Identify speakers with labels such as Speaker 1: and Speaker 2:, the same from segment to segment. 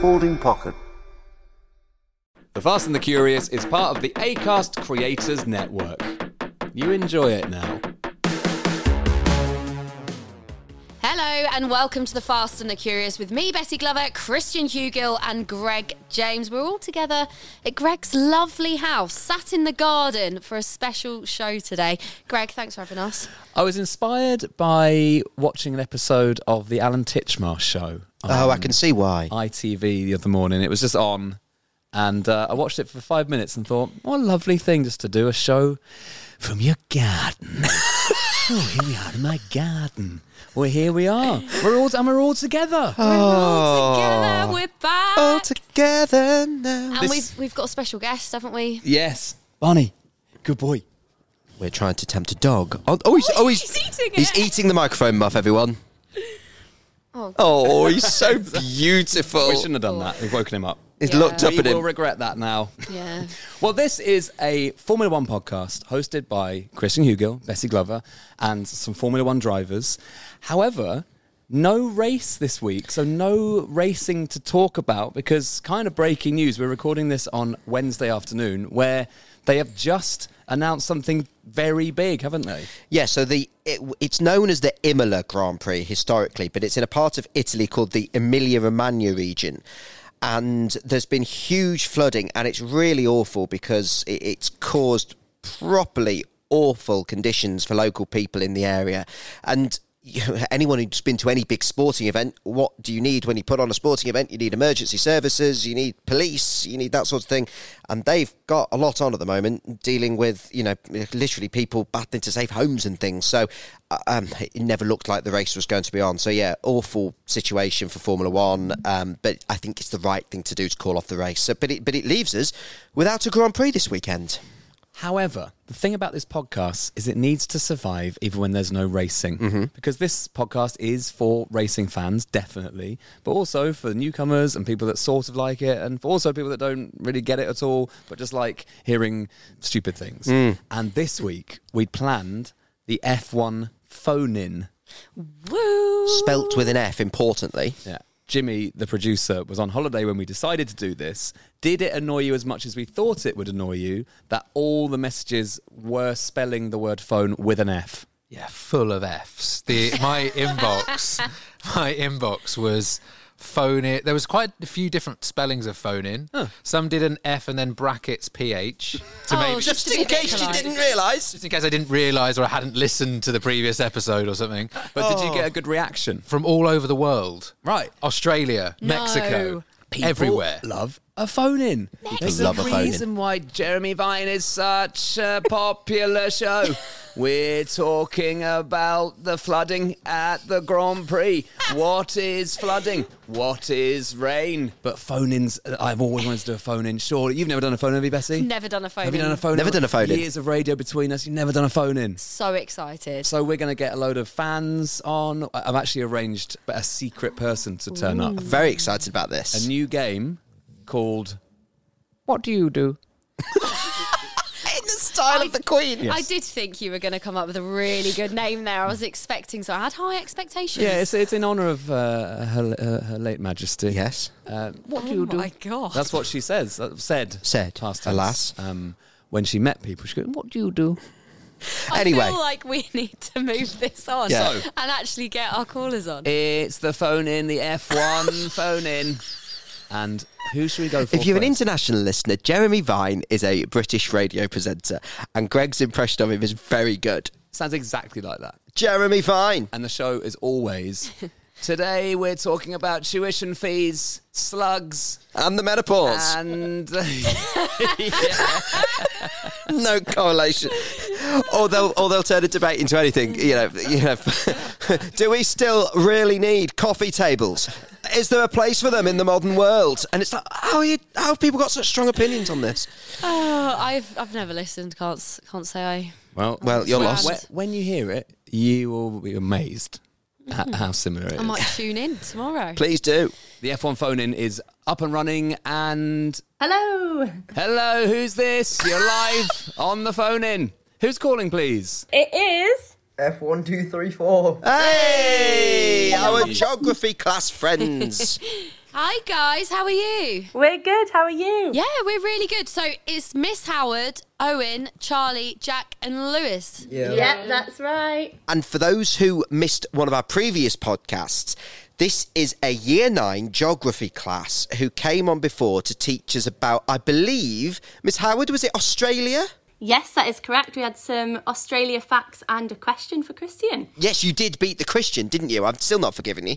Speaker 1: folding pocket.
Speaker 2: The Fast and the Curious is part of the ACAST Creators Network. You enjoy it now.
Speaker 3: Hello and welcome to the Fast and the Curious with me, Betty Glover, Christian Hugill, and Greg James. We're all together at Greg's lovely house, sat in the garden for a special show today. Greg, thanks for having us.
Speaker 2: I was inspired by watching an episode of the Alan Titchmarsh show on
Speaker 4: Oh, I can see why.
Speaker 2: ITV the other morning. It was just on, and uh, I watched it for five minutes and thought, what a lovely thing just to do a show from your garden. oh, here we are in my garden. Well, here we are. We're all and we're all together.
Speaker 3: We're all together, we're back.
Speaker 4: All together now.
Speaker 3: and
Speaker 2: this-
Speaker 3: we've, we've got a special guest, haven't we?
Speaker 2: Yes, Barney, good boy.
Speaker 4: We're trying to tempt a dog. Oh, oh, he's, oh, he's,
Speaker 3: He's eating
Speaker 4: he's
Speaker 3: it.
Speaker 4: eating the microphone muff, everyone.
Speaker 3: Oh.
Speaker 4: Oh, he's so beautiful.
Speaker 2: We shouldn't have done that. We've woken him up.
Speaker 4: He's
Speaker 3: Yeah.
Speaker 4: looked up
Speaker 2: We
Speaker 4: at him.
Speaker 2: will regret that now.
Speaker 3: Yeah.
Speaker 2: Well, this is a Formula One podcast hosted by Christian Hugill, Bessie Glover, and some Formula One drivers. However, no race this week, so no racing to talk about because kind of breaking news. We're recording this on Wednesday afternoon where they have just announced something very big, haven't they?
Speaker 4: yeah, so the it, it's known as the Imola Grand Prix historically, but it's in a part of Italy called the Emilia Romagna region. And there's been huge flooding, and it's really awful because it, it's caused properly awful conditions for local people in the area. And you know, anyone who's been to any big sporting event, what do you need when you put on a sporting event? You need emergency services, you need police, you need that sort of thing. And they've got a lot on at the moment, dealing with you know literally people battling to save homes and things. So uh, um, it never looked like the race was going to be on. So yeah, awful situation for Formula One. Um, but I think it's the right thing to do to call off the race. So, but it but it leaves us without a Grand Prix this weekend.
Speaker 2: However, the thing about this podcast is it needs to survive even when there's no racing. Because this podcast is for racing fans, definitely, but also for newcomers and people that sort of like it, and for also people that don't really get it at all, but just like hearing stupid things. And this week, we planned the F1 phone in.
Speaker 3: Woo.
Speaker 4: Spelt with an F, importantly.
Speaker 2: Yeah. Jimmy, the producer, was on holiday when we decided to do this. Did it annoy you as much as we thought it would annoy you that all the messages were spelling the word phone with an F?
Speaker 5: yeah, full of Fs. The my inbox, my inbox was phone in. There was quite a few different spellings of phone in. Some did an F and then brackets PH to
Speaker 3: Oh,
Speaker 5: make
Speaker 3: just-
Speaker 5: just
Speaker 3: to be polite.
Speaker 4: realise.
Speaker 5: in case I didn't realise or I hadn't listened to the previous episode or something. But
Speaker 2: But did
Speaker 5: Oh.
Speaker 2: you get a good reaction?
Speaker 5: from all over the world,
Speaker 2: Oh. Right.
Speaker 5: Australia, Mexico,
Speaker 2: People
Speaker 5: everywhere.
Speaker 2: love a phone in. There's
Speaker 4: love a
Speaker 2: a
Speaker 4: phone-in.
Speaker 2: reason why Jeremy Vine is such a popular show. We're talking about the flooding at the Grand Prix. What is flooding? What is rain? But phone ins, I've always wanted to do a phone in. Surely you've never done a phone in, have you, Bessie?
Speaker 3: Never done a phone
Speaker 2: Have you
Speaker 3: in.
Speaker 2: done a phone in?
Speaker 4: Never done a phone-in.
Speaker 2: Years of radio between us, you've never done a phone in.
Speaker 3: So excited.
Speaker 2: So we're going to get a load of fans on. I- I've actually arranged a secret person to turn up.
Speaker 4: Very excited about this.
Speaker 2: A new game called What do you do?
Speaker 4: in the style of the Queen.
Speaker 3: I did think you were going to come up with a really good name there. I was expecting, so I had high expectations.
Speaker 2: Yeah, it's, it's in honor of uh, her, her, her late Majesty.
Speaker 4: Yes.
Speaker 2: Uh, what do
Speaker 3: oh
Speaker 2: you do?
Speaker 3: my god.
Speaker 2: That's what she says. uh, Said.
Speaker 4: Said,
Speaker 2: Past tense.
Speaker 4: alas.
Speaker 2: Um, when she met people, she goes, "What do you do?"
Speaker 3: I
Speaker 4: Anyway.
Speaker 3: feel like we need to move this on
Speaker 4: Yeah.
Speaker 3: and actually get our callers on.
Speaker 2: It's the phone in, the F one phone in, and who should we go for?
Speaker 4: If you're an
Speaker 2: first?
Speaker 4: international listener, Jeremy Vine is a British radio presenter, and Greg's impression of him is very good.
Speaker 2: sounds exactly like that.
Speaker 4: Jeremy Vine.
Speaker 2: and the show is always. Today we're talking about tuition fees, slugs,
Speaker 4: And the menopause.
Speaker 2: and
Speaker 4: no correlation. or they'll or they'll turn a debate into anything. You know, you know. Do we still really need coffee tables? Is there a place for them in the modern world? And it's like, how are you, how have people got such strong opinions on this?
Speaker 3: Oh, I've I've never listened. Can't s- can't say I.
Speaker 2: well,
Speaker 4: Well, you're
Speaker 3: Wow.
Speaker 4: lost.
Speaker 2: Oh, when, when you hear it, you will be amazed at how similar it is.
Speaker 3: I might tune in tomorrow.
Speaker 4: Please do.
Speaker 2: the F1 phone in is up and running, and
Speaker 6: Hello,
Speaker 2: hello, who's this? You're live on the phone in. Who's calling, please?
Speaker 6: it is.
Speaker 7: F1, 2, 3, 4.
Speaker 4: Hey, our geography class friends.
Speaker 3: Hi guys, how are you?
Speaker 8: We're good. How are you?
Speaker 3: Yeah, we're really good. So it's Miss Howard, Owen, Charlie, Jack, and Lewis.
Speaker 8: Yeah, that's right.
Speaker 4: And for those who missed one of our previous podcasts, this is a year nine geography class who came on before to teach us about, I believe, Miss Howard, was it Australia?
Speaker 8: Yes, that is correct. We had some Australia facts and a question for Christian.
Speaker 4: Yes, you did beat the Christian, didn't you? I'm still not forgiving you.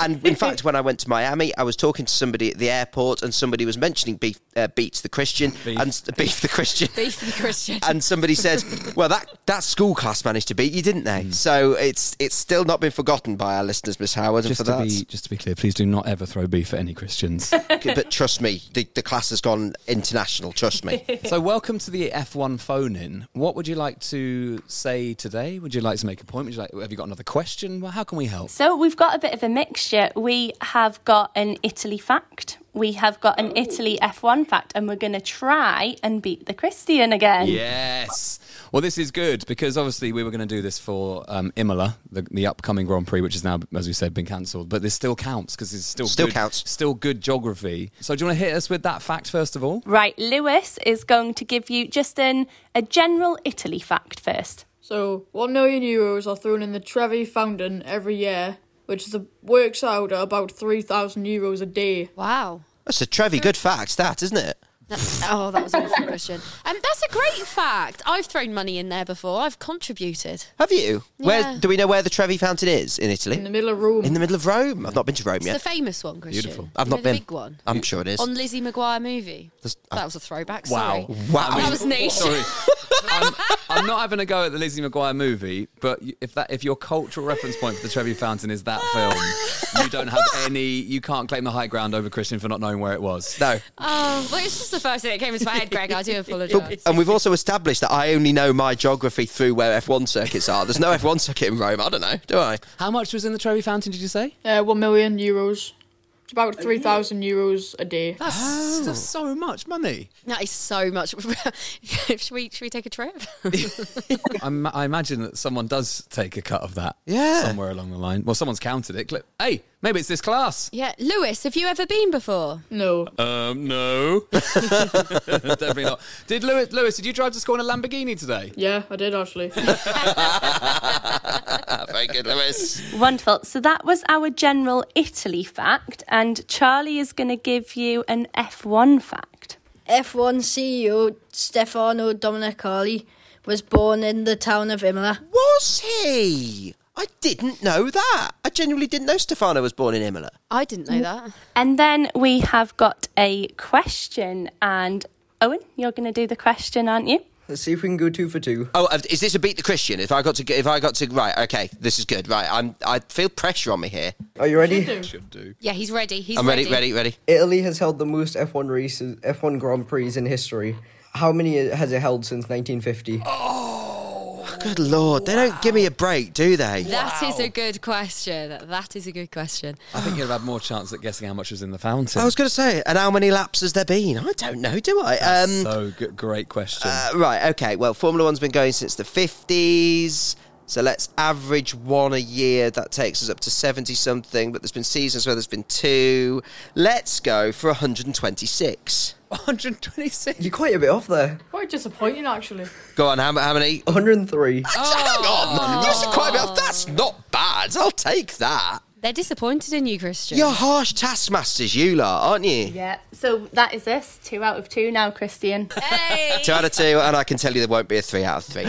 Speaker 4: and in fact, when I went to Miami, I was talking to somebody at the airport, and somebody was mentioning beef, uh, beats the Christian and beef the Christian.
Speaker 3: Beef the Christian.
Speaker 4: and somebody says, "Well, that that school class managed to beat you, didn't
Speaker 2: Hmm.
Speaker 4: they?" So it's it's still not been forgotten by our listeners, Miss Howard,
Speaker 2: Just
Speaker 4: and for
Speaker 2: to,
Speaker 4: that.
Speaker 2: be, just to be clear, please do not ever throw beef at any Christians.
Speaker 4: but trust me, the, the class has gone international. Trust me.
Speaker 2: so, welcome to the F1 phone in. What would you like to say today? Would you like to make a point? Would you like, have you got another question? Well, how can we help?
Speaker 8: So we've got a bit of a mixture. We have got an Italy fact. We have got an Italy F1 fact, and we're going to try and beat the Christian again.
Speaker 2: Yes. Well, this is good because obviously we were going to do this for um, Imola, the, the upcoming Grand Prix, which is now, as we said, been cancelled. But this still counts because it's still
Speaker 4: Still
Speaker 2: good,
Speaker 4: counts.
Speaker 2: still good geography. So, do you want to hit us with that fact first of all?
Speaker 8: Right, Lewis is going to give you just an a general Italy fact first.
Speaker 9: So, 1 million euros are thrown in the Trevi Fountain every year, which is a, works out at about 3,000 euros a day.
Speaker 3: Wow.
Speaker 4: That's a Trevi good fact, that isn't it?
Speaker 3: That's, oh, that was an awful question. Um, that's a great fact. I've thrown money in there before. I've contributed.
Speaker 4: Have you?
Speaker 3: Yeah.
Speaker 4: Where do we know where the Trevi Fountain is in Italy?
Speaker 9: In the middle of Rome.
Speaker 4: In the middle of Rome. I've not been to Rome
Speaker 3: It's
Speaker 4: yet.
Speaker 3: the famous one, Christian.
Speaker 2: Beautiful.
Speaker 4: I've
Speaker 3: You
Speaker 4: not
Speaker 3: know,
Speaker 4: been.
Speaker 3: The big one.
Speaker 4: I'm sure it is.
Speaker 3: On Lizzie McGuire movie.
Speaker 4: There's- uh,
Speaker 3: That was a throwback.
Speaker 2: Wow.
Speaker 3: Sorry.
Speaker 4: Wow.
Speaker 3: That was niche.
Speaker 2: Sorry. I'm, I'm not having a go at the Lizzie McGuire movie, but y- if that if your cultural reference point for the Trevi Fountain is that film, you don't have any. You can't claim the high ground over Christian for not knowing where it was.
Speaker 4: no.
Speaker 3: Oh, well, it's just the first thing that came into my head, Greg. I do apologise.
Speaker 4: But, and we've also established that I only know my geography through where F1 circuits are. There's no F1 circuit in Rome. I don't know, do I?
Speaker 2: How much was in the Trevi Fountain? Did you say?
Speaker 9: uh, 1 million euros. It's about 3,000 euros a day.
Speaker 2: That's still so much money.
Speaker 3: That is so much. should we should we take a trip?
Speaker 2: I, ma- I imagine that someone does take a cut of that.
Speaker 4: Yeah.
Speaker 2: Somewhere along the line. Well, someone's counted it. Click. Hey, maybe it's this class.
Speaker 3: yeah, Lewis, have you ever been before?
Speaker 9: No.
Speaker 2: Um, no. Definitely not. Did Lewis? Lewis, did you drive to school in a Lamborghini today?
Speaker 9: Yeah, I did actually.
Speaker 4: Very good, Lewis.
Speaker 8: Wonderful. So that was our general Italy fact, and Charlie is going to give you an F1 fact.
Speaker 10: F1 CEO E Stefano Domenicali was born in the town of Imola.
Speaker 4: Was he? I didn't know that. I genuinely didn't know Stefano was born in Imola.
Speaker 3: I didn't know that.
Speaker 8: And then we have got a question, and Owen, you're going to do the question, aren't you?
Speaker 11: Let's see if we can go two for two.
Speaker 4: Oh, uh, is this a beat the Christian? If I got to, g- if I got to, right, okay, this is good. Right, I'm. I feel pressure on me here.
Speaker 11: Are you ready?
Speaker 3: Yeah, he's ready. He's
Speaker 4: I'm ready, ready, ready.
Speaker 11: Italy has held the most F1 races, F1 Grand Prix in history. How many has it held since 1950?
Speaker 4: Good lord, they don't give me a break, do they?
Speaker 3: That is a good question. That is a good question.
Speaker 4: Uh,
Speaker 2: I think you'd have had more chance at guessing how much was in the fountain.
Speaker 4: I was going to say, and how many laps has there been? I don't know, do I? Um,
Speaker 2: so good, great question.
Speaker 4: uh, right, okay. Well, Formula One's been going since the 50s. So let's average one a year. That takes us up to 70 something, but there's been seasons where there's been two. Let's go for 126.
Speaker 2: 126.
Speaker 11: You're quite a bit off there.
Speaker 9: Quite disappointing actually.
Speaker 4: Go on, how, how many?
Speaker 11: 103.
Speaker 4: Hang on. You said quite a bit off. That's not bad. I'll take that.
Speaker 3: They're disappointed in you, Christian.
Speaker 4: You're harsh taskmasters, you lot, aren't you?
Speaker 8: Yeah. So that is this. Two out of two now, Christian.
Speaker 3: Hey!
Speaker 4: Two out of two, and I can tell you there won't be a three out of three. Okay,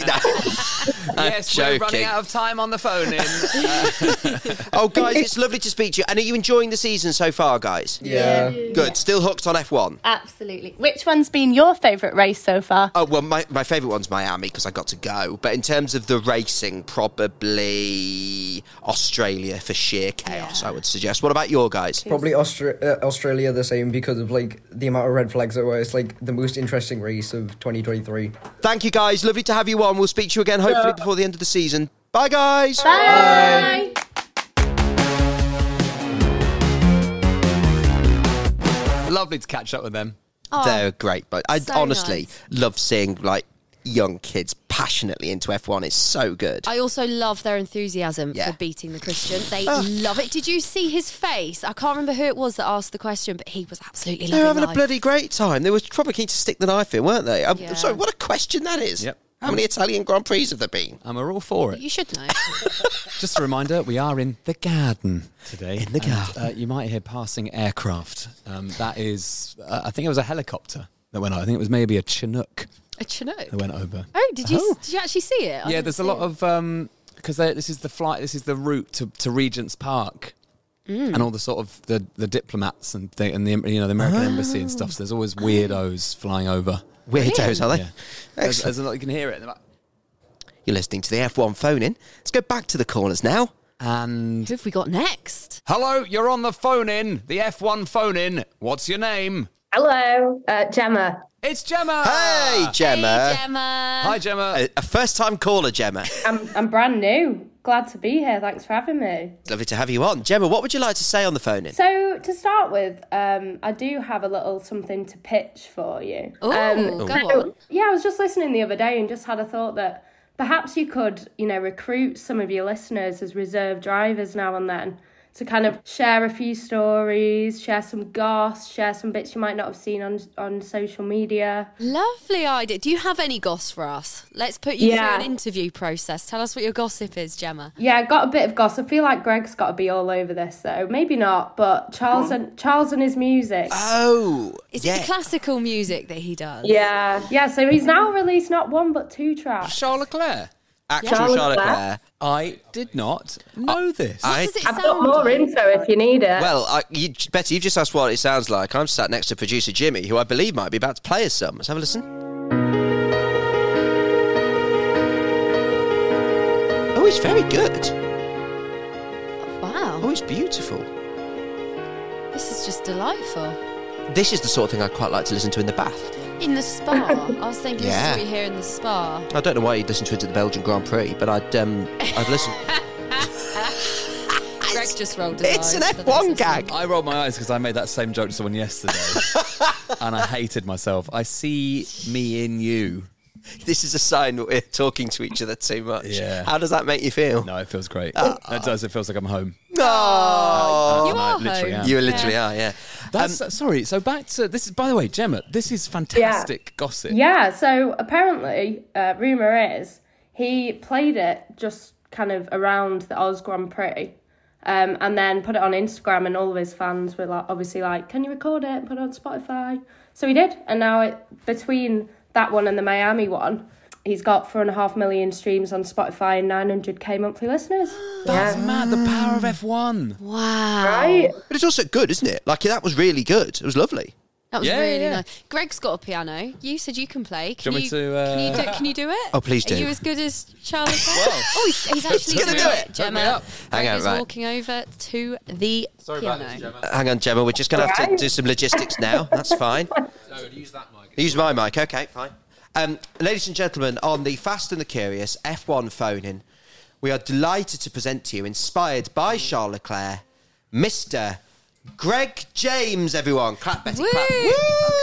Speaker 4: no.
Speaker 2: yes,
Speaker 4: I'm
Speaker 2: we're running
Speaker 4: joking.
Speaker 2: out of time on the phone in. Uh,
Speaker 4: Oh, guys, it's lovely to speak to you. And are you enjoying the season so far, guys?
Speaker 11: Yeah.
Speaker 4: Good. Still hooked on F1.
Speaker 8: Absolutely. Which one's been your favourite race so far?
Speaker 4: Oh, well, my, my favourite one's Miami because I got to go. But in terms of the racing, probably Australia for sheer chaos, I would suggest. What about your guys?
Speaker 11: Probably Austra- uh, Australia the same because of like the amount of red flags that were. It's like the most interesting race of 2023.
Speaker 4: Thank you, guys. Lovely to have you on. We'll speak to you again hopefully before the end of the season. Bye, guys.
Speaker 8: Bye.
Speaker 2: Lovely to catch up with them.
Speaker 4: They're great, but I
Speaker 3: so
Speaker 4: honestly
Speaker 3: nice.
Speaker 4: love seeing like young kids passionately into F1. It's so good.
Speaker 3: I also love their enthusiasm
Speaker 4: Yeah. Ah.
Speaker 3: for beating the Christian. They love it. Did you see his face? I can't remember who it was that asked the question, but he was absolutely
Speaker 4: they
Speaker 3: loving
Speaker 4: were having a
Speaker 3: life.
Speaker 4: bloody great time. They were probably keen to stick the knife in, weren't they? I'm,
Speaker 3: Yeah.
Speaker 4: Sorry, what a question that is.
Speaker 2: Yep.
Speaker 4: How many Italian Grand Prix have there been?
Speaker 2: And we're all for it.
Speaker 3: You should know.
Speaker 2: Just a reminder, we are in the garden today. In
Speaker 4: the
Speaker 2: And, uh, you might hear passing aircraft. Um, that is, uh, I think it was a helicopter that went over. I think it was maybe a Chinook
Speaker 3: a Chinook.
Speaker 2: that went over.
Speaker 3: Oh, did you
Speaker 2: Oh.
Speaker 3: did you actually see it? I
Speaker 2: yeah,
Speaker 3: didn't
Speaker 2: there's a
Speaker 3: see
Speaker 2: lot
Speaker 3: it.
Speaker 2: of um 'cause because this is the flight. This is the route to, to Regent's Park.
Speaker 3: Mm.
Speaker 2: And all the sort of the, the diplomats and the, and the you know the American embassy and
Speaker 3: Oh.
Speaker 2: stuff. So there's always weirdos flying over.
Speaker 4: Weirdos, are they?
Speaker 2: Yeah, there's,
Speaker 4: Excellent.
Speaker 2: there's a lot you can hear it.
Speaker 4: You're listening to the F1 phone in. Let's go back to the corners now.
Speaker 2: And
Speaker 3: Who have we got next?
Speaker 2: hello, you're on the phone in the F1 phone in. What's your name?
Speaker 8: Hello, uh, Gemma.
Speaker 2: It's Gemma.
Speaker 4: Hey, Gemma.
Speaker 3: Hey, Gemma.
Speaker 2: Hi, Gemma.
Speaker 4: A, a first time caller, Gemma.
Speaker 8: I'm, I'm brand new. Glad to be here. Thanks for having me.
Speaker 4: It's Lovely to have you on. Gemma, what would you like to say on the phone in?
Speaker 8: So, to start with, um, I do have a little something to pitch for you.
Speaker 3: Ooh,
Speaker 8: Um,
Speaker 3: go
Speaker 8: so-
Speaker 3: on.
Speaker 8: yeah, I was just listening the other day and just had a thought that perhaps you could, you know, recruit some of your listeners as reserve drivers now and then to kind of share a few stories, share some goss, share some bits you might not have seen on on social media.
Speaker 3: Lovely idea. Do you have any goss for us? Let's put you
Speaker 8: Yeah.
Speaker 3: through an interview process. Tell us what your gossip is, Gemma.
Speaker 8: Yeah, I got a bit of gossip. I feel like Greg's got to be all over this, though. Maybe not, but Charles and Charles and his music.
Speaker 4: Oh,
Speaker 3: Is
Speaker 4: yeah.
Speaker 3: it the classical music that he does?
Speaker 8: yeah, yeah. So he's now released not one but two tracks.
Speaker 2: Charlotte Claire.
Speaker 4: Actual
Speaker 8: Charlotte
Speaker 4: Charlotte
Speaker 8: Claire.
Speaker 4: Claire.
Speaker 2: I did not know this.
Speaker 4: I-
Speaker 3: Does it
Speaker 8: I've got
Speaker 3: sound
Speaker 8: more info if you need it.
Speaker 4: Well, I, you, Betty, you've just asked what it sounds like. I'm sat next to producer Jimmy, who I believe might be about to play us some. Let's have a listen. Oh, it's very good.
Speaker 3: Wow.
Speaker 4: Oh, it's beautiful.
Speaker 3: This is just delightful.
Speaker 4: This is the sort of thing I quite like to listen to in the bath.
Speaker 3: In the spa. I was thinking
Speaker 4: Yeah.
Speaker 3: this is what we hear in the spa.
Speaker 4: I don't know why you'd listen to it at the Belgian Grand Prix, but I'd um, I'd listen.
Speaker 3: Greg just rolled his
Speaker 4: it's an
Speaker 3: eyes, but that's
Speaker 4: F1
Speaker 3: his-
Speaker 4: gag.
Speaker 2: I rolled my eyes because I made that same joke to someone yesterday, and I hated myself. I see me in you.
Speaker 4: This is a sign that we're talking to each other too much.
Speaker 2: Yeah.
Speaker 4: How does that make you feel?
Speaker 2: No, it feels great. it does. It feels like I'm home.
Speaker 4: Oh,
Speaker 3: You
Speaker 2: I
Speaker 3: are
Speaker 2: literally
Speaker 3: home.
Speaker 2: am.
Speaker 4: you literally are, yeah.
Speaker 2: That's, sorry. So back to this is. By the way, Gemma, this is fantastic gossip.
Speaker 8: yeah. So apparently, uh, rumor is he played it just kind of around the Oz Grand Prix. Um, and then put it on Instagram, and all of his fans were like, obviously like, "Can you record it and put it on Spotify?" So he did, and now it between that one and the Miami one, he's got four and a half million streams on Spotify and nine hundred k monthly listeners.
Speaker 2: That's mad. The power of F1.
Speaker 3: Wow.
Speaker 8: Right?
Speaker 4: But it's also good, isn't it? Like, that was really good. It was lovely.
Speaker 3: That was
Speaker 2: Yeah, yeah,
Speaker 3: really
Speaker 2: yeah.
Speaker 3: nice. Greg's got a piano. You said you can play. Can
Speaker 2: you want me to, uh,
Speaker 3: Can you do, can you do it?
Speaker 4: Oh, please
Speaker 3: Are
Speaker 4: do.
Speaker 3: you as good as Charlie? oh, he's, he's actually
Speaker 4: gonna
Speaker 3: doing
Speaker 4: do it.
Speaker 3: it.
Speaker 4: Hook
Speaker 3: Gemma.
Speaker 2: me up.
Speaker 3: Greg
Speaker 4: Hang on,
Speaker 3: is
Speaker 4: right.
Speaker 3: walking over to the
Speaker 5: Sorry
Speaker 3: piano.
Speaker 5: about this, Gemma.
Speaker 4: Hang on, Gemma. We're just going to have to do some logistics now. That's fine.
Speaker 5: No, use that mic.
Speaker 4: Use my mic. Okay, fine. Um, ladies and gentlemen, on the Fast and the Curious F1 phone in, we are delighted to present to you, inspired by Charlotte Claire, Mr. Greg James, everyone. Clap, Betty, clap.
Speaker 3: Woo!
Speaker 4: Woo!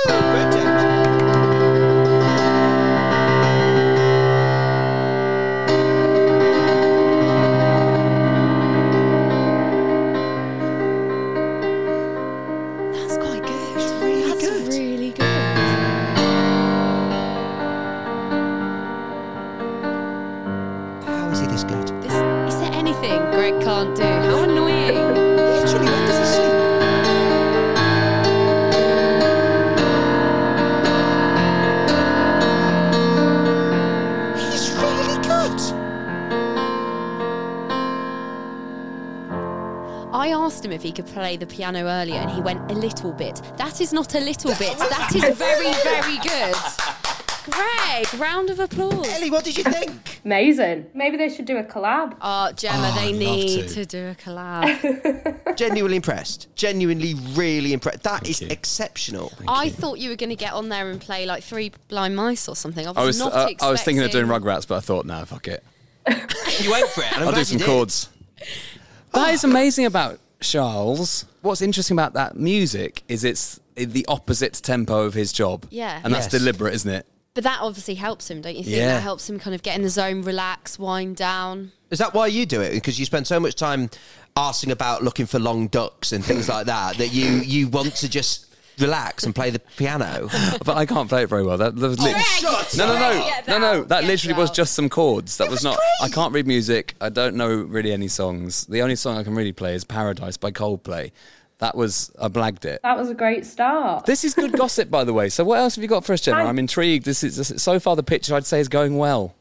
Speaker 4: Greg James.
Speaker 3: That's quite good. That's really good.
Speaker 4: How is he this good?
Speaker 3: This, is there anything Greg can't do? How annoying.
Speaker 4: Literally went to sleep. He's really good.
Speaker 3: I asked him if he could play the piano earlier, and he went a little bit. That is not a little bit. That is very, very good. Greg, round of applause.
Speaker 4: Ellie, what did you think?
Speaker 8: Amazing. Maybe they should do a collab.
Speaker 3: Oh, Gemma, they
Speaker 2: Ah, love
Speaker 3: need
Speaker 2: to.
Speaker 3: to. do a collab.
Speaker 4: Genuinely impressed. Genuinely, really impressed. That is
Speaker 2: you.
Speaker 4: exceptional.
Speaker 3: I thought you were going to get on there and play like Three Blind Mice or something. I was,
Speaker 2: I was
Speaker 3: not
Speaker 2: uh,
Speaker 3: expecting.
Speaker 2: I was thinking of doing Rugrats, but I thought, no, fuck it.
Speaker 4: You went for it. and I'm
Speaker 2: I'll do
Speaker 4: glad
Speaker 2: some
Speaker 4: you did.
Speaker 2: chords. That is amazing about Charles. What's interesting about that music is it's the opposite tempo of his job.
Speaker 3: Yeah.
Speaker 2: And that's
Speaker 4: Yes.
Speaker 2: deliberate, isn't it?
Speaker 3: But that obviously helps him, don't you think?
Speaker 2: Yeah.
Speaker 3: That helps him kind of get in the zone, relax, wind down.
Speaker 4: Is that why you do it? Because you spend so much time asking about looking for long ducks and things like that that you you want to just relax and play the piano.
Speaker 2: but I can't play it very well. That, that was lit-
Speaker 4: shut
Speaker 2: no, no, no,
Speaker 3: Greg, get
Speaker 2: no, no.
Speaker 3: out,
Speaker 2: That
Speaker 3: get
Speaker 2: literally was
Speaker 3: out.
Speaker 2: just some chords. That was not. I can't read music. I don't know really any songs. The only song I can really play is "Paradise" by Coldplay. That was I blagged it.
Speaker 8: That was a great start.
Speaker 2: This is good gossip, by the way. So, what else have you got for us, Gemma?
Speaker 8: Hi.
Speaker 2: I'm intrigued. This is this, so far the picture I'd say is going well.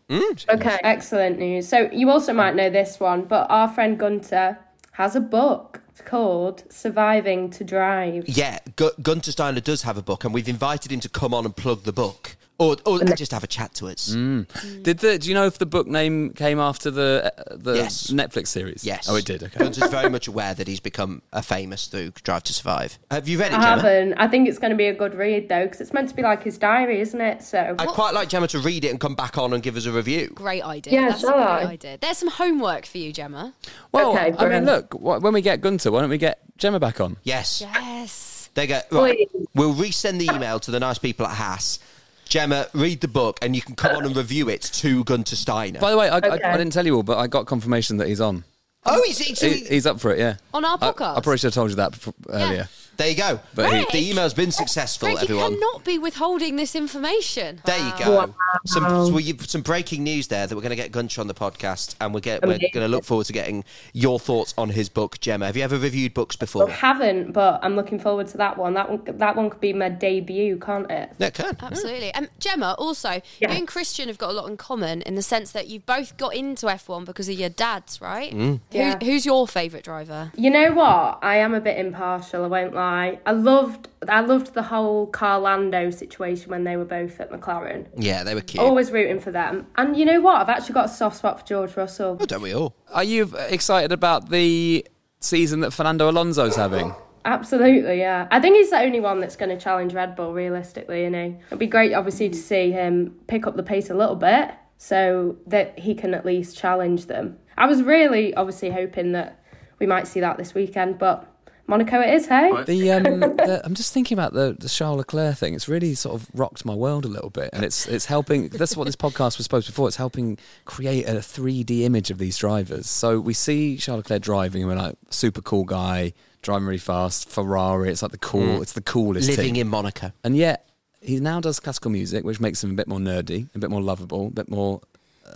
Speaker 8: Okay, excellent news. So you also might know this one, but our friend Gunter has a book called "Surviving to Drive."
Speaker 4: Yeah, Gu- Gunter Steiner does have a book, and we've invited him to come on and plug the book. Or, or just have a chat to us.
Speaker 8: Mm.
Speaker 2: Did the do you know if the book name came after the uh, the
Speaker 4: Yes.
Speaker 2: Netflix series?
Speaker 4: Yes.
Speaker 2: Oh, it did. Okay.
Speaker 4: Gunter's very much aware that he's become a famous through Drive to Survive. Have you read it,
Speaker 8: I
Speaker 4: Gemma?
Speaker 8: haven't. I think it's going to be a good read though, because it's meant to be like his diary, isn't it? So
Speaker 4: I'd quite like Gemma to read it and come back on and give us a review.
Speaker 3: Great idea.
Speaker 8: Yeah,
Speaker 3: That's a
Speaker 8: shall
Speaker 3: great
Speaker 8: I?
Speaker 3: idea. There's some homework for you, Gemma.
Speaker 2: Well,
Speaker 8: Okay,
Speaker 2: I mean,
Speaker 8: brilliant.
Speaker 2: look. wh- When we get Gunter, why don't we get Gemma back on?
Speaker 4: Yes.
Speaker 3: Yes.
Speaker 4: They go, right,
Speaker 8: Please.
Speaker 4: we'll resend the email to the nice people at Haas. Gemma, read the book and you can come on and review it to Gunter Steiner.
Speaker 2: By the way, I,
Speaker 8: Okay.
Speaker 2: I, I didn't tell you all, but I got confirmation that he's on.
Speaker 4: oh, he's, he's,
Speaker 2: He, he's up for it, yeah.
Speaker 3: On our
Speaker 2: I- I,
Speaker 3: podcast?
Speaker 2: probably should have told you that befo- earlier.
Speaker 4: There you go.
Speaker 2: But he- Greg!
Speaker 4: the email's been successful,
Speaker 3: Greg,
Speaker 4: everyone.
Speaker 3: you cannot be withholding this information.
Speaker 4: There you go. Some well, you, some breaking news there that we're going to get Gunter on the podcast, and we're get, we're going to look forward to getting your thoughts on his book, Gemma. Have you ever reviewed books
Speaker 3: Oh,
Speaker 4: before?
Speaker 8: haven't, but I'm looking forward to that one. That one, that one could be my debut, can't it?
Speaker 4: No, can.
Speaker 2: Mm.
Speaker 3: Absolutely. Um, Gemma, also,
Speaker 8: Yeah.
Speaker 3: you and Christian have got a lot in common in the sense that you've both got into F1 because of your dads, right?
Speaker 2: Mm.
Speaker 8: Yeah.
Speaker 3: Who, who's your favourite driver?
Speaker 8: You know what? I am a bit impartial. I won't lie. I loved, I loved the whole Carlando situation when they were both at McLaren.
Speaker 4: Yeah, they were cute.
Speaker 3: Oh,
Speaker 8: Always rooting for them. And you know what? I've actually got a soft spot for George Russell.
Speaker 2: Oh,
Speaker 4: Don't we all?
Speaker 2: Are you excited about the season that Fernando Alonso's having?
Speaker 8: Absolutely, yeah. I think he's the only one that's going to challenge Red Bull realistically, you know. It'd be great, obviously, to see him pick up the pace a little bit so that he can at least challenge them. I was really, obviously, hoping that we might see that this weekend, but Monaco it is, hey?
Speaker 2: The, um, the I'm just thinking about the, the Charles Leclerc thing. It's really sort of rocked my world a little bit, and it's it's helping. That's what this podcast was supposed to be for. It's helping create a 3D image of these drivers. So we see Charles Leclerc driving, and we're like, super cool guy, driving really fast, Ferrari. It's like the cool. It's the coolest.
Speaker 4: Mm. Living
Speaker 2: team.
Speaker 4: in Monaco.
Speaker 2: And yet, he now does classical music, which makes him a bit more nerdy, a bit more lovable, a bit more,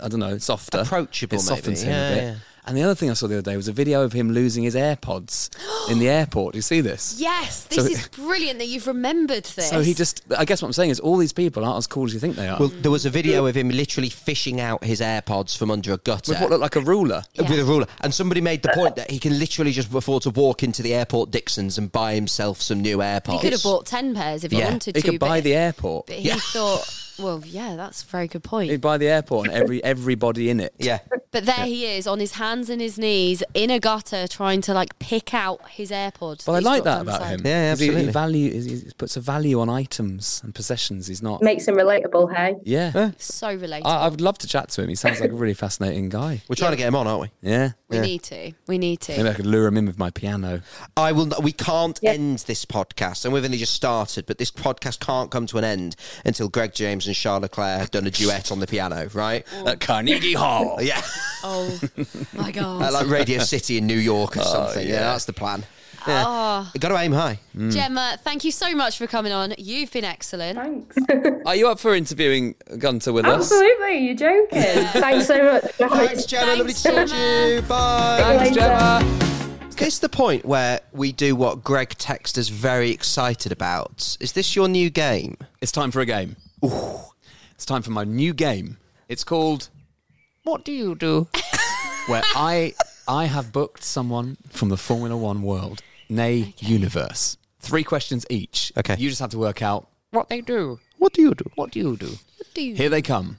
Speaker 2: I don't know, softer.
Speaker 4: Approachable,
Speaker 2: It softens
Speaker 4: maybe.
Speaker 2: him
Speaker 4: Yeah,
Speaker 2: a bit.
Speaker 4: yeah.
Speaker 2: And the other thing I saw the other day was a video of him losing his AirPods in the airport. Do you see this?
Speaker 3: Yes, this
Speaker 2: So-
Speaker 3: is brilliant that you've remembered this.
Speaker 2: So he just, I guess what I'm saying is all these people aren't as cool as you think they are.
Speaker 4: Well, there was a video of him literally fishing out his AirPods from under a gutter.
Speaker 2: with what looked like a ruler.
Speaker 3: Yeah.
Speaker 4: With a ruler, and somebody made the point that he can literally just afford to walk into the airport Dixon's and buy himself some new AirPods.
Speaker 3: He could have bought 10 pairs if he
Speaker 4: Yeah.
Speaker 3: wanted
Speaker 2: He
Speaker 3: to.
Speaker 2: could
Speaker 3: but-
Speaker 2: buy the airport.
Speaker 3: But he thought, well, yeah, that's a very good
Speaker 2: He'd
Speaker 3: point.
Speaker 2: buy the airport and every everybody in it.
Speaker 4: Yeah,
Speaker 3: But there he is on his hands and his knees in a gutter trying to like pick out his AirPods.
Speaker 2: But I
Speaker 3: he's
Speaker 2: like
Speaker 3: dropped
Speaker 2: that
Speaker 3: on the
Speaker 2: about
Speaker 3: side.
Speaker 2: him.
Speaker 4: Yeah,
Speaker 2: 'Cause he- He,
Speaker 4: absolutely.
Speaker 2: value, he, he puts a value on items and possessions. He's not.
Speaker 8: Makes him relatable, hey?
Speaker 2: Yeah.
Speaker 3: So relatable.
Speaker 2: I, I would love to chat to him. He sounds like a really fascinating guy.
Speaker 4: we're trying to get him on, aren't we?
Speaker 2: Yeah.
Speaker 3: we need to. We need to.
Speaker 2: Maybe I could lure him in with my piano.
Speaker 4: I will. We can't end this podcast, and we've only just started. But this podcast can't come to an end until Greg James and Charlotte Claire have done a duet on the piano, right?
Speaker 2: At Carnegie Hall.
Speaker 4: Oh. Yeah,
Speaker 3: Oh my god.
Speaker 4: like Radio City in New York or something. yeah. that's the plan. Yeah. Got to aim high.
Speaker 2: Mm.
Speaker 3: Gemma, thank you so much for coming on. You've been excellent.
Speaker 8: Thanks.
Speaker 2: Are you up for interviewing Gunter with us?
Speaker 8: Absolutely, you're joking. Thanks so much.
Speaker 4: Thanks, Gemma. Lovely to talk to you. Bye.
Speaker 2: Thanks, Gemma.
Speaker 4: This is the point where we do what Greg texted us very excited about. Is this your new game?
Speaker 2: It's time for a game. Ooh. It's time for my new game. It's called What Do You Do? Where I I have booked someone from the Formula One world, nay universe. Three questions each.
Speaker 4: Okay.
Speaker 2: You just have to work out what they do.
Speaker 4: What do you do?
Speaker 2: What do you do? Here they come.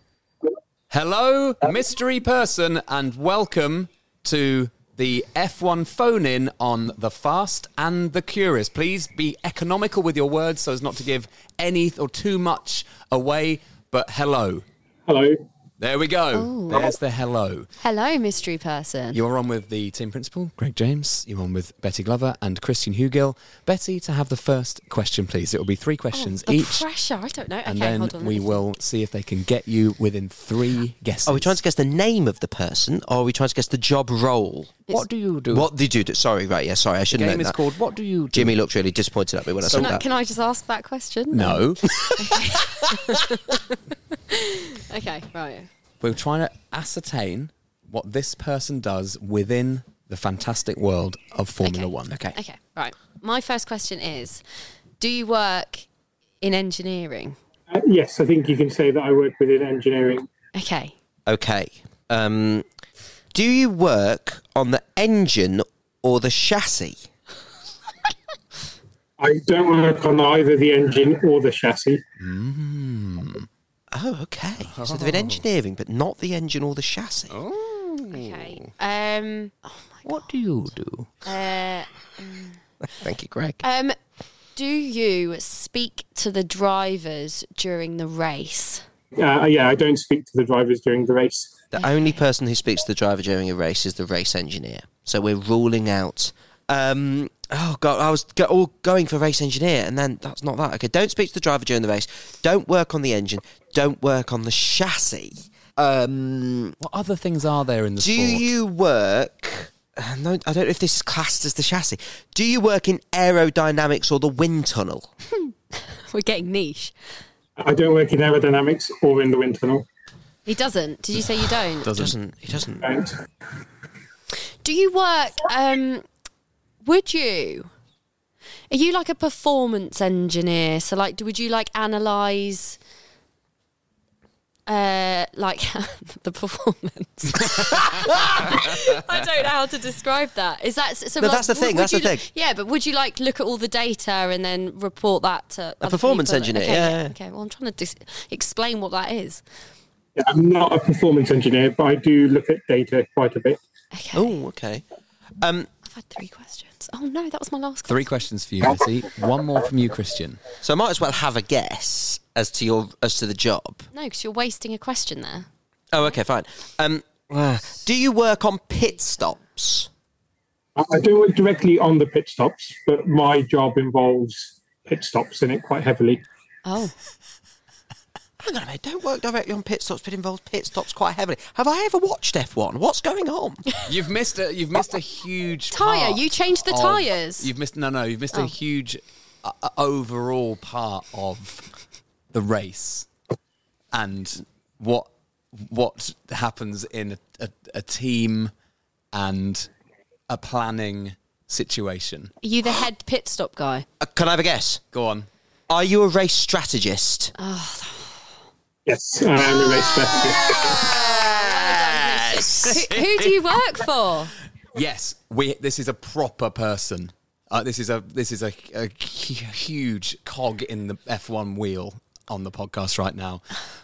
Speaker 2: Hello, mystery person, and welcome to the F1 phone in on the fast and the curious. Please be economical with your words so as not to give any or too much away, but hello.
Speaker 9: Hello.
Speaker 2: There we go. There's the hello.
Speaker 3: Hello, mystery person.
Speaker 2: You're on with the team principal, Greg James. You're on with Betty Glover and Christian Hugill. Betty, to have the first question, please. It will be three questions
Speaker 3: Oh, the
Speaker 2: each.
Speaker 3: pressure. I don't know. Okay,
Speaker 2: and then
Speaker 3: hold on.
Speaker 2: we will see if they can get you within three guesses.
Speaker 4: Are we trying to guess the name of the person, or are we trying to guess the job role?
Speaker 2: What do you do?
Speaker 4: What did you do? Sorry, right, yeah, sorry, I
Speaker 2: the
Speaker 4: shouldn't
Speaker 2: game
Speaker 4: know
Speaker 2: is
Speaker 4: that.
Speaker 2: called? What do you do?
Speaker 4: Jimmy looked really disappointed at me when I said
Speaker 3: Can I,
Speaker 4: that.
Speaker 3: can I just ask that question?
Speaker 2: No.
Speaker 3: Okay, right.
Speaker 2: We're trying to ascertain what this person does within the fantastic world of Formula
Speaker 3: Okay.
Speaker 2: One. Okay.
Speaker 3: Okay, right. My first question is Do you work in engineering?
Speaker 9: Uh, yes, I think you can say that I work within engineering.
Speaker 3: Okay.
Speaker 4: Okay. Um, do you work on the engine or the chassis?
Speaker 9: I don't work on either the engine or the chassis.
Speaker 4: Oh, okay. So they're in engineering, but not the engine or the chassis.
Speaker 3: Okay. Um,
Speaker 2: Oh. What do you do?
Speaker 3: uh,
Speaker 4: Thank you, Greg.
Speaker 3: um, do you speak to the drivers during the race?
Speaker 9: Uh, yeah, I don't speak to the drivers during the race.
Speaker 4: The only person who speaks to the driver during a race is the race engineer. So we're ruling out. Um, oh god, I was go- all going for race engineer, and then that's not that. Okay, don't speak to the driver during the race. Don't work on the engine. Don't work on the chassis. Um,
Speaker 2: What other things are there in the
Speaker 4: do
Speaker 2: sport?
Speaker 4: you work? No, I don't know if this is classed as the chassis. Do you work in aerodynamics or the wind tunnel?
Speaker 3: We're getting niche.
Speaker 9: I don't work in aerodynamics or in the wind tunnel.
Speaker 3: He doesn't. Did you say you don't?
Speaker 4: Doesn't it? Doesn't.
Speaker 9: Don't.
Speaker 3: Do you work? Um, would you? Are you like a performance engineer? So, like, would you like analyze, uh, like the performance? I don't know how to describe that. Is that so?
Speaker 4: No,
Speaker 3: like,
Speaker 4: that's the
Speaker 3: would-
Speaker 4: thing,
Speaker 3: would
Speaker 4: that's the
Speaker 3: you li-
Speaker 4: thing.
Speaker 3: Yeah, but would you like look at all the data and then report that to a
Speaker 4: performance engineer,
Speaker 3: Okay,
Speaker 4: yeah, yeah.
Speaker 3: Okay. Well, I'm trying to dis- explain what that is.
Speaker 9: Yeah, I'm not a performance engineer, but I do look at data quite a bit.
Speaker 3: Okay.
Speaker 4: Oh, okay. Um,
Speaker 3: I've had three questions. Oh no, that was my last.
Speaker 2: Three questions for you, Betty. One more from you, Christian.
Speaker 4: so I might as well have a guess as to your as to the job.
Speaker 3: No, because you're wasting a question there.
Speaker 4: Oh, okay, fine. Um, do you work on pit stops?
Speaker 9: I I don't work directly on the pit stops, but my job involves pit stops in it quite heavily.
Speaker 3: Oh.
Speaker 4: Hang on a minute, don't work directly on pit stops, but involves pit stops quite heavily. Have I ever watched F1? What's going on?
Speaker 2: You've missed a you've missed a huge
Speaker 3: Tyre,
Speaker 2: part
Speaker 3: you changed the Oh.
Speaker 2: of-
Speaker 3: tyres.
Speaker 2: You've missed no no. You've missed a huge uh, uh, overall part of the race and what what happens in a, a, a team and a planning situation.
Speaker 3: Are you the head pit stop guy?
Speaker 4: Uh, can I have a guess?
Speaker 2: Go on.
Speaker 4: Are you a race strategist?
Speaker 9: Yes, I am a race specialist.
Speaker 4: Yes.
Speaker 3: Who, who do you work for?
Speaker 2: Yes, we. This is a proper person. Uh, this is a this is a, a hu- huge cog in the F1 wheel on the podcast right now.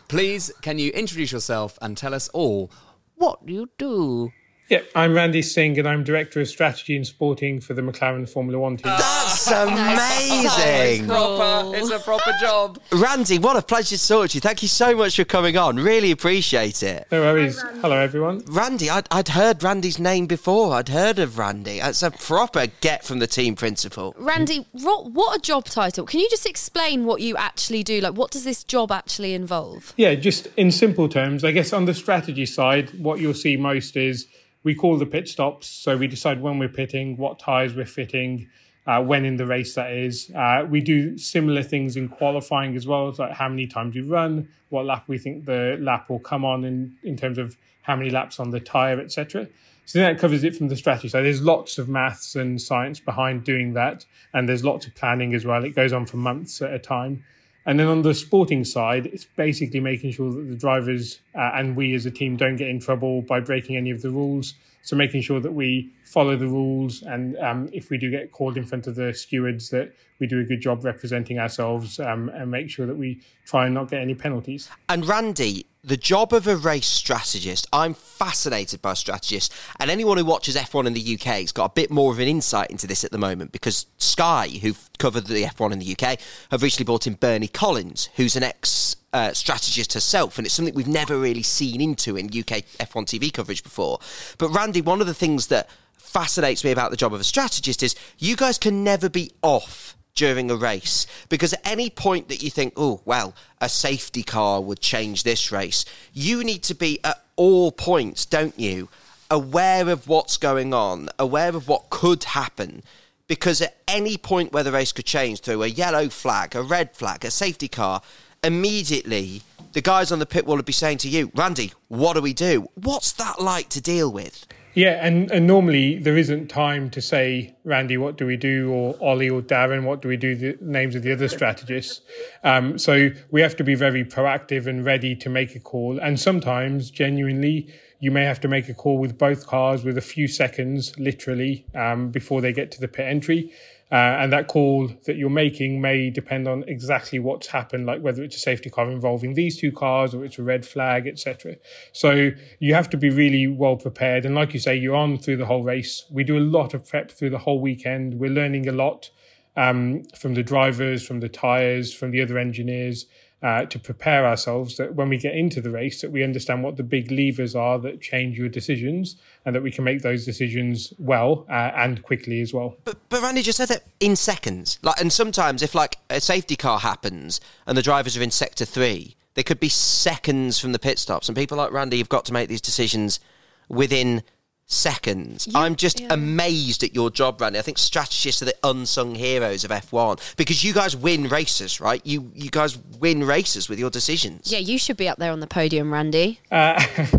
Speaker 2: Please, can you introduce yourself and tell us all what you do?
Speaker 9: Yeah, I'm Randy Singh, and I'm Director of Strategy and Sporting for the McLaren Formula One team.
Speaker 4: That's amazing.
Speaker 3: Proper.
Speaker 2: It's a proper job.
Speaker 4: Randy, what a pleasure to talk to you. Thank you so much for coming on. Really appreciate it.
Speaker 9: No worries. Hello, everyone.
Speaker 4: Randy, I'd, I'd heard Randy's name before. I'd heard of Randy. That's a proper get from the team principal.
Speaker 3: Randy, what, what a job title. Can you just explain what you actually do? Like, what does this job actually involve?
Speaker 9: Yeah, just in simple terms, I guess on the strategy side, what you'll see most is we call the pit stops. So we decide when we're pitting, what tyres we're fitting, uh, when in the race that is. Uh, we do similar things in qualifying as well, like how many times you run, what lap we think the lap will come on in, in terms of how many laps on the tyre, etc. So that covers it from the strategy side. There's lots of maths and science behind doing that, and there's lots of planning as well. It goes on for months at a time. And then on the sporting side, it's basically making sure that the drivers uh, and we as a team don't get in trouble by breaking any of the rules. So making sure that we follow the rules, and um, if we do get called in front of the stewards, that we do a good job representing ourselves um, and make sure that we try and not get any penalties.
Speaker 4: And Randy, the job of a race strategist, I'm fascinated by strategists. And anyone who watches F1 in the UK has got a bit more of an insight into this at the moment because Sky, who've covered the F1 in the UK, have recently brought in Bernie Collins, who's an ex uh, strategist herself, and it's something we've never really seen into in UK F1 TV coverage before. But Randy, one of the things that fascinates me about the job of a strategist is you guys can never be off during a race because at any point that you think, oh, well, a safety car would change this race, you need to be at all points, don't you? Aware of what's going on, aware of what could happen. Because at any point where the race could change through a yellow flag, a red flag, a safety car, immediately the guys on the pit wall would be saying to you, Randy, what do we do? What's that like to deal with?
Speaker 9: Yeah, and, and normally there isn't time to say, Randy, what do we do? Or Ollie or Darren, what do we do? The names of the other strategists. Um, so we have to be very proactive and ready to make a call. And sometimes, genuinely, you may have to make a call with both cars with a few seconds, literally, um, before they get to the pit entry. Uh, and that call that you're making may depend on exactly what's happened, like whether it's a safety car involving these two cars or it's a red flag, etc. So you have to be really well prepared. And like you say, you're on through the whole race. We do a lot of prep through the whole weekend. We're learning a lot um, from the drivers, from the tires, from the other engineers. Uh, to prepare ourselves that when we get into the race that we understand what the big levers are that change your decisions and that we can make those decisions well uh, and quickly as well
Speaker 4: But, but Randy just said that in seconds. Like, and sometimes if like a safety car happens and the drivers are in sector three, they could be seconds from the pit stops. And people like Randy have got to make these decisions within seconds. I'm just amazed at your job, Randy. I think strategists are the unsung heroes of F1 because you guys win races, right? You you guys win races with your decisions.
Speaker 3: Yeah, you should be up there on the podium, Randy.
Speaker 9: Uh,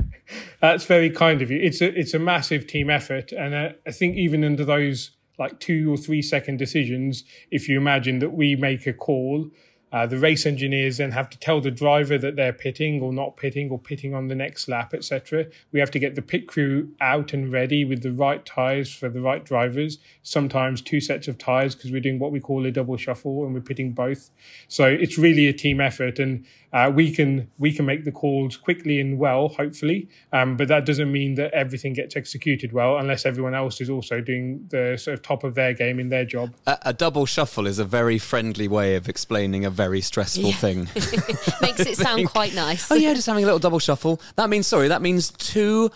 Speaker 9: that's very kind of you. It's a it's a massive team effort, and uh, I think even under those like two or three second decisions, if you imagine that we make a call, uh, the race engineers then have to tell the driver that they're pitting or not pitting or pitting on the next lap, etc. We have to get the pit crew out and ready with the right tires for the right drivers. Sometimes two sets of tires because we're doing what we call a double shuffle and we're pitting both. So it's really a team effort, and uh, we can we can make the calls quickly and well, hopefully. Um, but that doesn't mean that everything gets executed well unless everyone else is also doing the sort of top of their game in their job.
Speaker 2: A, a double shuffle is a very friendly way of explaining a very stressful thing.
Speaker 3: Makes it sound quite nice.
Speaker 2: oh yeah, just having a little double shuffle. That means sorry. That means two.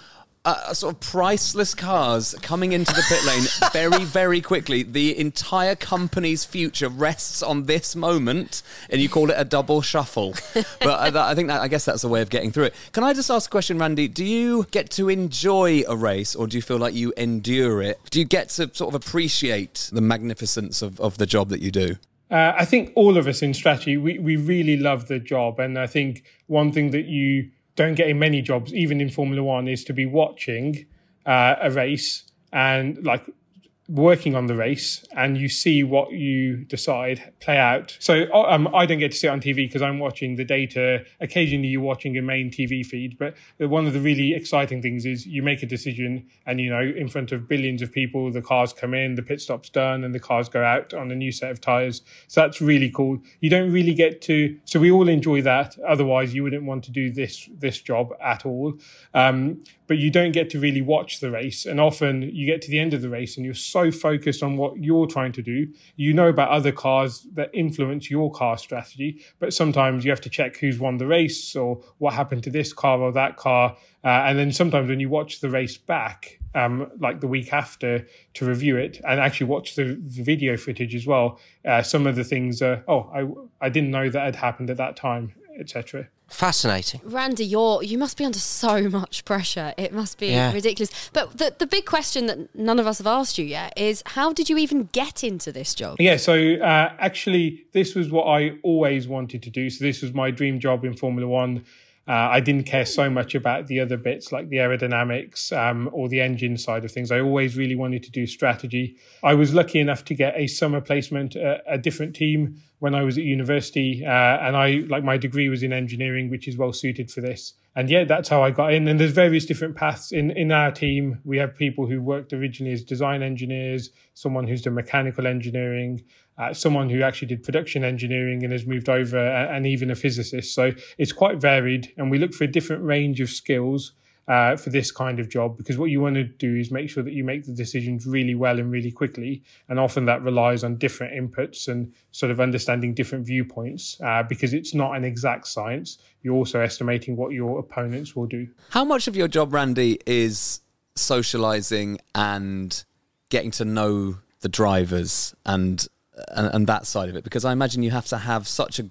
Speaker 2: Uh, sort of priceless cars coming into the pit lane very, very quickly. The entire company's future rests on this moment, and you call it a double shuffle. But I, that, I think that I guess that's a way of getting through it. Can I just ask a question, Randy? Do you get to enjoy a race, or do you feel like you endure it? Do you get to sort of appreciate the magnificence of, of the job that you do?
Speaker 9: Uh, I think all of us in strategy, we, we really love the job. And I think one thing that you don't get in many jobs, even in Formula One, is to be watching uh, a race and like working on the race and you see what you decide play out. So uh, um, I don't get to see it on TV because I'm watching the data. Occasionally you're watching a main TV feed, but one of the really exciting things is you make a decision and, you know, in front of billions of people, the cars come in, the pit stop's done and the cars go out on a new set of tires. So that's really cool. You don't really get to, so we all enjoy that. Otherwise you wouldn't want to do this, this job at all. Um, but you don't get to really watch the race. And often you get to the end of the race and you're so focused on what you're trying to do. You know about other cars that influence your car strategy, but sometimes you have to check who's won the race or what happened to this car or that car. Uh, and then sometimes when you watch the race back, um, like the week after, to review it and actually watch the, the video footage as well, uh, some of the things are, oh, I, I didn't know that had happened at that time, etc.
Speaker 4: Fascinating.
Speaker 3: Randy, you're you must be under so much pressure. It must be
Speaker 4: Yeah.
Speaker 3: ridiculous. But the the big question that none of us have asked you yet is how did you even get into this job?
Speaker 9: Yeah, so uh, actually, this was what I always wanted to do. So this was my dream job in Formula One. Uh, I didn't care so much about the other bits like the aerodynamics um, or the engine side of things. I always really wanted to do strategy. I was lucky enough to get a summer placement at a different team when I was at university, uh, and I like my degree was in engineering, which is well suited for this and yeah, that's how I got in. And there's various different paths in in our team. We have people who worked originally as design engineers, someone who's done mechanical engineering, uh, someone who actually did production engineering and has moved over, a- and even a physicist. So it's quite varied, and we look for a different range of skills. uh, for this kind of job because what you want to do is make sure that you make the decisions really well and really quickly. And often that relies on different inputs and sort of understanding different viewpoints uh, because it's not an exact science. You're also estimating what your opponents will do.
Speaker 2: How much of your job, Randy, is socializing and getting to know the drivers and and, and that side of it? Because I imagine you have to have such a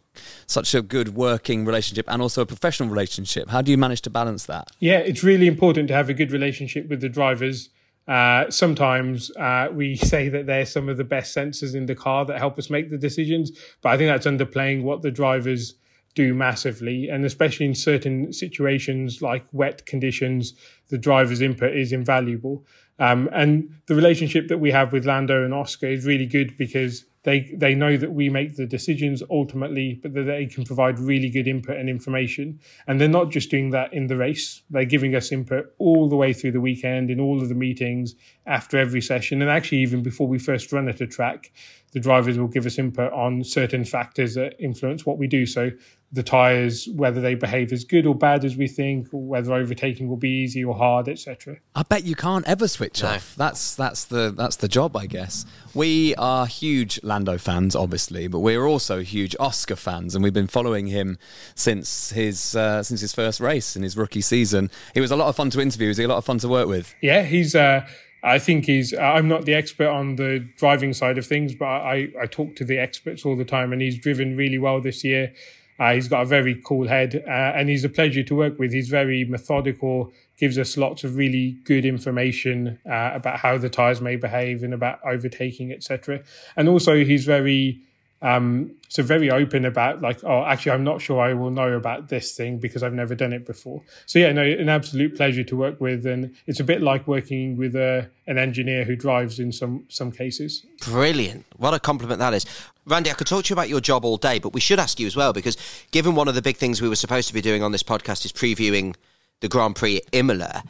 Speaker 2: such a good working relationship and also a professional relationship. How do you manage to balance that?
Speaker 9: Yeah, it's really important to have a good relationship with the drivers. Uh, sometimes uh, we say that they're some of the best sensors in the car that help us make the decisions, but I think that's underplaying what the drivers do massively. And especially in certain situations like wet conditions, the driver's input is invaluable. Um, and the relationship that we have with Lando and Oscar is really good because they they know that we make the decisions ultimately, but that they can provide really good input and information. And they're not just doing that in the race; they're giving us input all the way through the weekend, in all of the meetings, after every session, and actually even before we first run at a track, the drivers will give us input on certain factors that influence what we do. So the tires, whether they behave as good or bad as we think, or whether overtaking will be easy or hard, etc.
Speaker 2: I bet you can't ever switch off. That's that's the that's the job, I guess. We are huge Lando fans, obviously, but we're also huge Oscar fans, and we've been following him since his uh, since his first race in his rookie season. He was a lot of fun to interview. Is he a lot of fun to work with?
Speaker 9: Yeah, he's. Uh, I think he's. I'm not the expert on the driving side of things, but I, I talk to the experts all the time, and he's driven really well this year. Uh, he's got a very cool head uh, and he's a pleasure to work with. He's very methodical, gives us lots of really good information uh, about how the tyres may behave and about overtaking, etc. And also, he's very um, so very open about like, oh, actually, I'm not sure I will know about this thing because I've never done it before. So yeah, no, an absolute pleasure to work with, and it's a bit like working with a, an engineer who drives in some some cases.
Speaker 4: Brilliant. What a compliment that is. Randy, I could talk to you about your job all day, but we should ask you as well because given one of the big things we were supposed to be doing on this podcast is previewing the Grand Prix at Imola,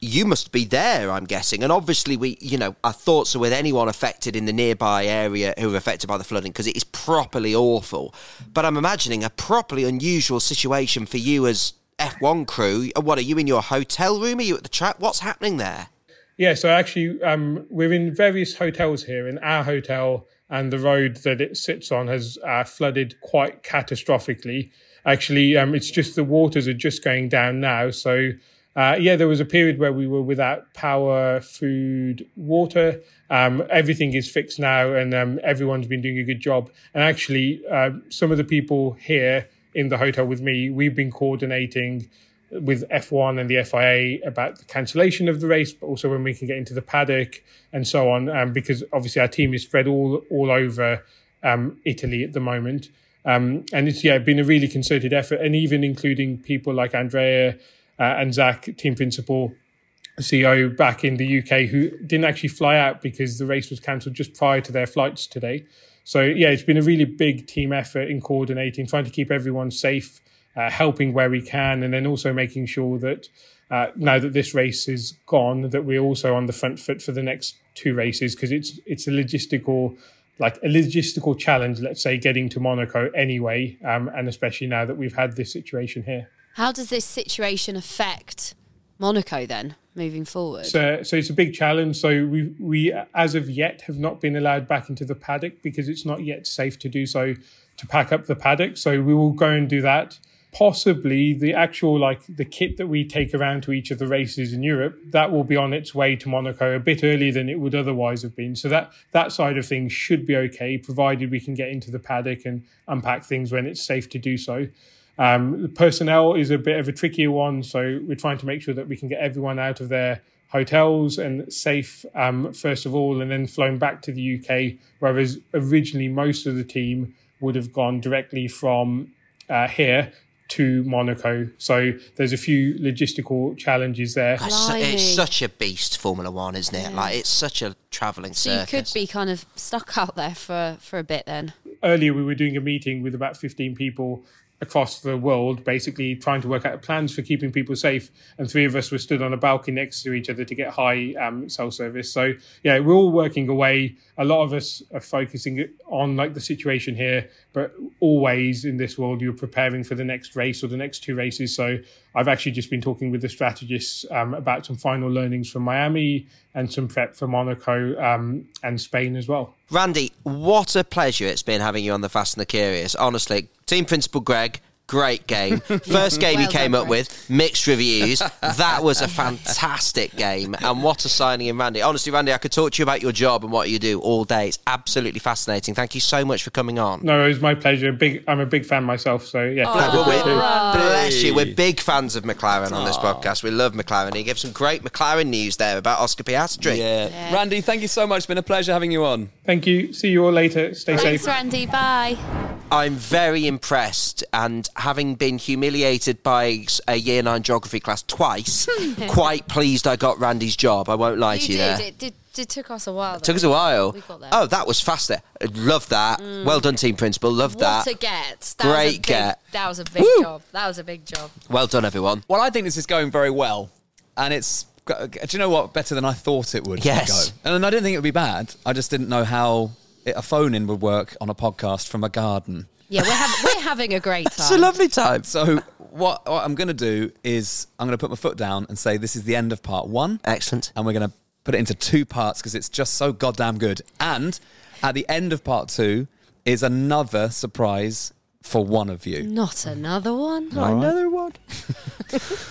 Speaker 4: you must be there, I'm guessing. And obviously, we, you know, our thoughts are with anyone affected in the nearby area who are affected by the flooding because it is properly awful. But I'm imagining a properly unusual situation for you as F1 crew. What are you in your hotel room? Are you at the track? What's happening there?
Speaker 9: Yeah, so actually, um, we're in various hotels here. In our hotel, and the road that it sits on has uh, flooded quite catastrophically. Actually, um, it's just the waters are just going down now. So, uh, yeah, there was a period where we were without power, food, water. Um, everything is fixed now, and um, everyone's been doing a good job. And actually, uh, some of the people here in the hotel with me, we've been coordinating with F1 and the FIA about the cancellation of the race, but also when we can get into the paddock and so on, um, because obviously our team is spread all all over um, Italy at the moment, um, and it's yeah been a really concerted effort, and even including people like Andrea uh, and Zach, team principal. CEO back in the UK who didn't actually fly out because the race was cancelled just prior to their flights today. So yeah, it's been a really big team effort in coordinating, trying to keep everyone safe uh, helping where we can, and then also making sure that uh, now that this race is gone, that we're also on the front foot for the next two races because it's it's a logistical, like a logistical challenge. Let's say getting to Monaco anyway, um, and especially now that we've had this situation here.
Speaker 3: How does this situation affect Monaco then, moving forward?
Speaker 9: So, so it's a big challenge. So we we as of yet have not been allowed back into the paddock because it's not yet safe to do so to pack up the paddock. So we will go and do that possibly the actual like the kit that we take around to each of the races in Europe that will be on its way to Monaco a bit earlier than it would otherwise have been so that that side of things should be okay provided we can get into the paddock and unpack things when it's safe to do so um, the personnel is a bit of a trickier one so we're trying to make sure that we can get everyone out of their hotels and safe um, first of all and then flown back to the UK whereas originally most of the team would have gone directly from uh, here to Monaco. So there's a few logistical challenges there.
Speaker 4: God, it's, su- it's such a beast, Formula One, isn't it?
Speaker 3: Yeah.
Speaker 4: Like it's such a travelling
Speaker 3: So you
Speaker 4: circus.
Speaker 3: could be kind of stuck out there for, for a bit then.
Speaker 9: Earlier, we were doing a meeting with about 15 people across the world, basically trying to work out plans for keeping people safe. And three of us were stood on a balcony next to each other to get high um, cell service. So yeah, we're all working away. A lot of us are focusing on like the situation here, but always in this world, you're preparing for the next race or the next two races. So I've actually just been talking with the strategists um, about some final learnings from Miami and some prep for Monaco um, and Spain as well.
Speaker 4: Randy, what a pleasure it's been having you on the Fast and the Curious. Honestly, team principal Greg, great game. First game he
Speaker 3: Well
Speaker 4: came
Speaker 3: done,
Speaker 4: up
Speaker 3: Greg.
Speaker 4: with, mixed reviews. That was a fantastic game, and what a signing in Randy. Honestly, Randy, I could talk to you about your job and what you do all day. It's absolutely fascinating. Thank you so much for coming on.
Speaker 9: No, it was my pleasure. Big, I'm a big fan myself, so yeah.
Speaker 3: Oh,
Speaker 4: No, but we're-
Speaker 3: Randy.
Speaker 4: bless you. We're big fans of McLaren on this podcast. We love McLaren. He gave some great McLaren news there about Oscar Piastri.
Speaker 2: Yeah. Randy, thank you so much. It's been a pleasure having you on.
Speaker 9: Thank you. See you all later. Stay
Speaker 3: Thanks,
Speaker 9: safe.
Speaker 3: Randy. Bye.
Speaker 4: I'm very impressed, and having been humiliated by a year nine geography class twice, quite pleased I got Randy's job. I won't lie to
Speaker 3: you
Speaker 4: you there.
Speaker 3: did. It, did. It took us a while.
Speaker 4: Took us a
Speaker 3: though.
Speaker 4: while.
Speaker 3: We got there. Mm.
Speaker 4: Oh, that was faster. Love that. Well done, team principal. Love
Speaker 3: What
Speaker 4: that.
Speaker 3: a get. That was a
Speaker 4: Great
Speaker 3: big,
Speaker 4: get.
Speaker 3: That was a big job. That was a big job.
Speaker 4: well done, everyone.
Speaker 2: Well, I think this is going very well, and it's. go- Do you know what? Better than I thought it would
Speaker 4: Yes.
Speaker 2: go. And I didn't think it would be bad. I just didn't know how it, a phone in would work on a podcast from a garden.
Speaker 3: Yeah, we're, hav- we're having a great time.
Speaker 4: It's a lovely time.
Speaker 2: So what, what I'm going to do is I'm going to put my foot down and say this is the end of part one.
Speaker 4: Excellent.
Speaker 2: And we're going to put it into two parts because it's just so goddamn good. And at the end of part two is another surprise for one of you.
Speaker 3: Not another one.
Speaker 2: Another one.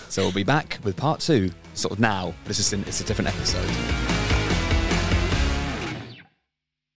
Speaker 2: so we'll be back with part two sort of now. This is in, it's a different episode.